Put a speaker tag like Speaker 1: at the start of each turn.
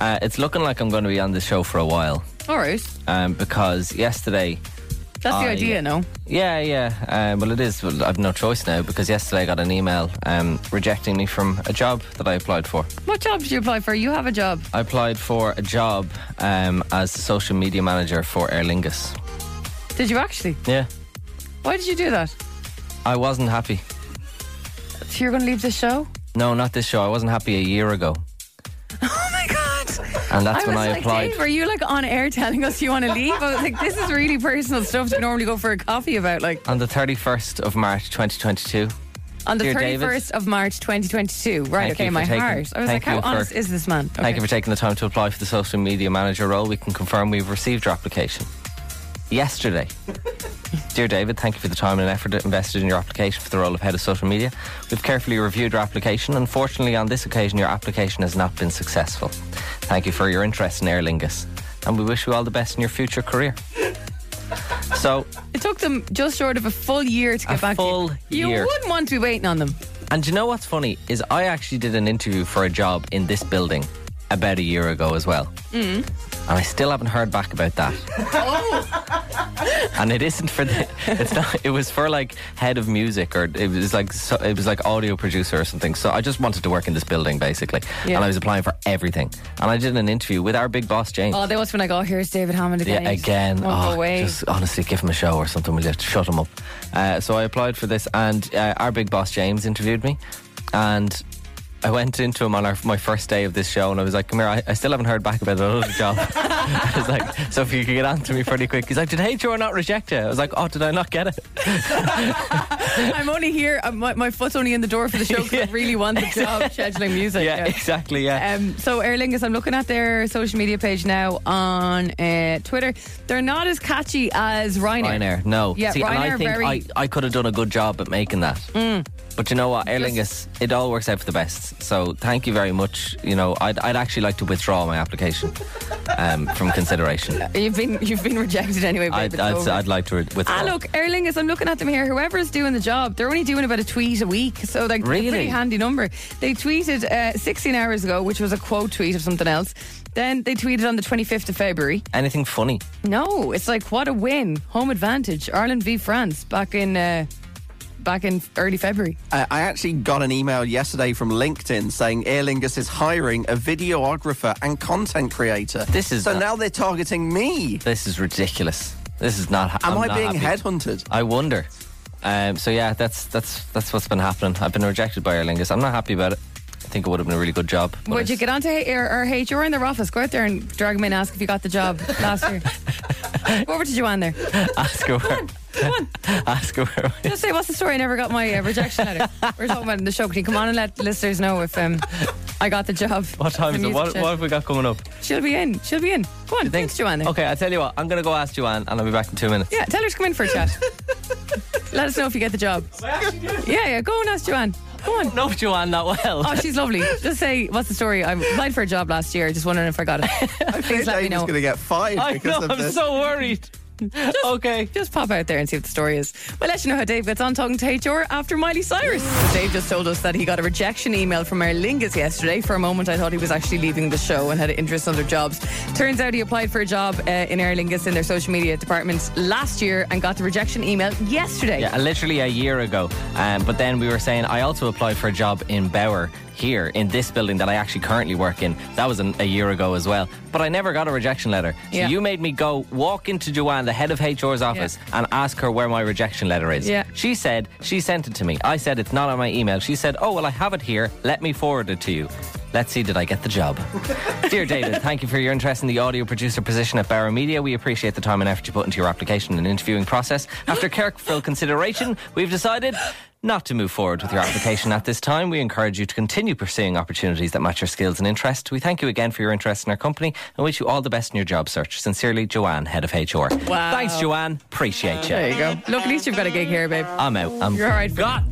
Speaker 1: Uh, it's looking like I'm going to be on this show for a while
Speaker 2: All right.
Speaker 1: um, because yesterday,
Speaker 2: That's the
Speaker 1: I-
Speaker 2: idea, no?
Speaker 1: Ah, yeah, yeah, um, well, it is. Well, I've no choice now because yesterday I got an email um, rejecting me from a job that I applied for.
Speaker 2: What job did you apply for? You have a job.
Speaker 1: I applied for a job um, as the social media manager for Aer Lingus.
Speaker 2: Did you actually?
Speaker 1: Yeah,
Speaker 2: Why did you do that?
Speaker 1: I wasn't happy.
Speaker 2: So you're going to leave the show?
Speaker 1: No, not this show. I wasn't happy a year ago,
Speaker 2: Oh my God.
Speaker 1: and that's
Speaker 2: I
Speaker 1: when
Speaker 2: was
Speaker 1: I
Speaker 2: like,
Speaker 1: applied.
Speaker 2: Dave, are you like on air telling us you want to leave? I was like, this is really personal stuff to normally go for a coffee about. Like
Speaker 1: on the 31st of March 2022.
Speaker 2: on the
Speaker 1: Dear
Speaker 2: 31st
Speaker 1: David.
Speaker 2: of March 2022. Right,
Speaker 1: Thank
Speaker 2: okay,
Speaker 1: you for
Speaker 2: my
Speaker 1: taking-
Speaker 2: heart. I was
Speaker 1: thank
Speaker 2: like, how
Speaker 1: you for-
Speaker 2: honest is this man? Okay.
Speaker 1: Thank you for taking the time to apply for the social media manager role. We can confirm we've received your application. Yesterday. Dear David, thank you for the time and effort invested in your application for the role of head of social media. We've carefully reviewed your application. Unfortunately, on this occasion, your application has not been successful. Thank you for your interest in Aer Lingus, and we wish you all the best in your future career. So,
Speaker 2: It took them just short of a full year to get
Speaker 1: A
Speaker 2: back
Speaker 1: full
Speaker 2: to you.
Speaker 1: year.
Speaker 2: You wouldn't want to be waiting on them.
Speaker 1: and do you know what's funny is I actually did an interview for a job in this building about a year ago as well, mm. and I still haven't heard back about that.
Speaker 2: Oh,
Speaker 1: and it isn't for the, it's not it was for like head of music or it was like so, it was like audio producer or something so i just wanted to work in this building basically
Speaker 2: Yeah.
Speaker 1: and i was applying for everything and i did an interview with our big boss james
Speaker 2: oh, that was when I go. Here's David Hammond again.
Speaker 1: yeah,
Speaker 2: He just
Speaker 1: again.
Speaker 2: Won't
Speaker 1: Oh,
Speaker 2: go away.
Speaker 1: just honestly, give him a show or something. We'll just shut him up. Uh, so I applied for this, and uh, our big boss James interviewed me, and I went into him on our, my first day of this show, and I was like, "Come here, I, I still haven't heard back about another job." I was like, "So if you could get on to me pretty quick," he's like, "Did HR not reject you?" I was like, "Oh, did I not get it?"
Speaker 2: I'm only here. uh, My, my foot's only in the door for the show 'cause I really want the job scheduling music.
Speaker 1: yeah, exactly. Yeah.
Speaker 2: Um, so Aer Lingus, I'm looking at their social media page now on uh, Twitter. They're not as catchy as Ryanair.
Speaker 1: Ryanair, no.
Speaker 2: Yeah,
Speaker 1: See, and
Speaker 2: Ryanair
Speaker 1: I think
Speaker 2: very- Mm.
Speaker 1: I, I could have done a good job at making that. But you know what, Aer
Speaker 2: Just-
Speaker 1: Lingus, it all works out for the best. So thank you very much. You know, I'd, I'd actually like to withdraw my application um, from consideration.
Speaker 2: You've been you've been rejected anyway. Babe,
Speaker 1: I'd,
Speaker 2: it's
Speaker 1: I'd,
Speaker 2: over.
Speaker 1: I'd like to re- withdraw.
Speaker 2: Ah, look, Aer Lingus, I'm looking at them here. Whoever's doing the job, they're only doing about a tweet a week. So like, they're a
Speaker 1: Really?
Speaker 2: pretty handy number. They tweeted uh, 16 hours ago, which was a quote tweet of something else. Then they tweeted on the 25th of February.
Speaker 1: Anything funny?
Speaker 2: No, it's like what a win, home advantage, Ireland v France back in uh, back in early February.
Speaker 3: I I actually got an email yesterday from LinkedIn saying Aer Lingus is hiring a videographer and content creator.
Speaker 1: This is
Speaker 3: so
Speaker 1: not-
Speaker 3: now they're targeting me.
Speaker 1: This is ridiculous. This is not. ha-
Speaker 3: Am
Speaker 1: I'm
Speaker 3: I
Speaker 1: not
Speaker 3: being
Speaker 1: happy.
Speaker 3: headhunted?
Speaker 1: I wonder. Um, so yeah, that's that's that's what's been happening. I've been rejected by Aer Lingus. I'm not happy about it. I think it would have been a really good job. but
Speaker 2: Would you
Speaker 1: it's-
Speaker 2: get onto H- or, or HR in their office? Go out there and drag them in. Ask if you got the job last year. Go over to Joanne there.
Speaker 1: ask her? Where, ask her where
Speaker 2: Just say, what's the story? I never got my uh, rejection letter. We're talking about it in the show. Can you come on and let listeners know if um, I got the job?
Speaker 1: What time
Speaker 2: for
Speaker 1: is it?
Speaker 2: music
Speaker 1: What,
Speaker 2: chat?
Speaker 1: what have we got coming up?
Speaker 2: She'll be in. She'll be in. Go on. Thanks, Joanne. There.
Speaker 1: Okay, I'll tell you what. I'm going to go ask Joanne and I'll be back in two minutes.
Speaker 2: Yeah, tell her to come in for a chat. let us know if you get the job. Yeah, yeah. Go and ask Joanne. Go on.
Speaker 1: No, Joanne, not well.
Speaker 2: Oh, she's lovely. Just say, what's the story? I applied for a job last year. Just wondering if I got it. Please let me
Speaker 3: David's
Speaker 2: know.
Speaker 3: going to get fired
Speaker 1: I know,
Speaker 3: because of
Speaker 1: I'm
Speaker 3: this.
Speaker 1: so worried. okay.
Speaker 2: Just pop out there and see what the story is. We'll let you know how Dave gets on talking to HR after Miley Cyrus. Dave just told us that he got a rejection email from Aer Lingus yesterday. For a moment, I thought he was actually leaving the show and had interest in other jobs. Turns out he applied for a job uh, in Aer Lingus in their social media department last year and got the rejection email yesterday.
Speaker 1: Yeah, literally a year ago. Um, but then we were saying I also applied for a job in Bower here in this building that I actually currently work in. That was an, a year ago as well. But I never got a rejection letter. So
Speaker 2: Yeah.
Speaker 1: you made me go walk into Joanne, the head of HR's office, and ask her where my rejection letter is.
Speaker 2: Yeah.
Speaker 1: She said she sent it to me. I said it's not on my email. She said, "Oh well, I have it here. Let me forward it to you." Let's see, did I get the job? Dear David, thank you for your interest in the audio producer position at Barrow Media. We appreciate the time and effort you put into your application and interviewing process. After careful consideration, we've decided not to move forward with your application at this time. We encourage you to continue pursuing opportunities that match your skills and interests. We thank you again for your interest in our company and wish you all the best in your job search. Sincerely, Joanne, head of HR.
Speaker 2: Wow.
Speaker 1: Thanks, Joanne. Appreciate you.
Speaker 2: There you go. Look, at least you've got a gig here, babe.
Speaker 1: I'm out. I'm
Speaker 2: You're all right for
Speaker 1: God.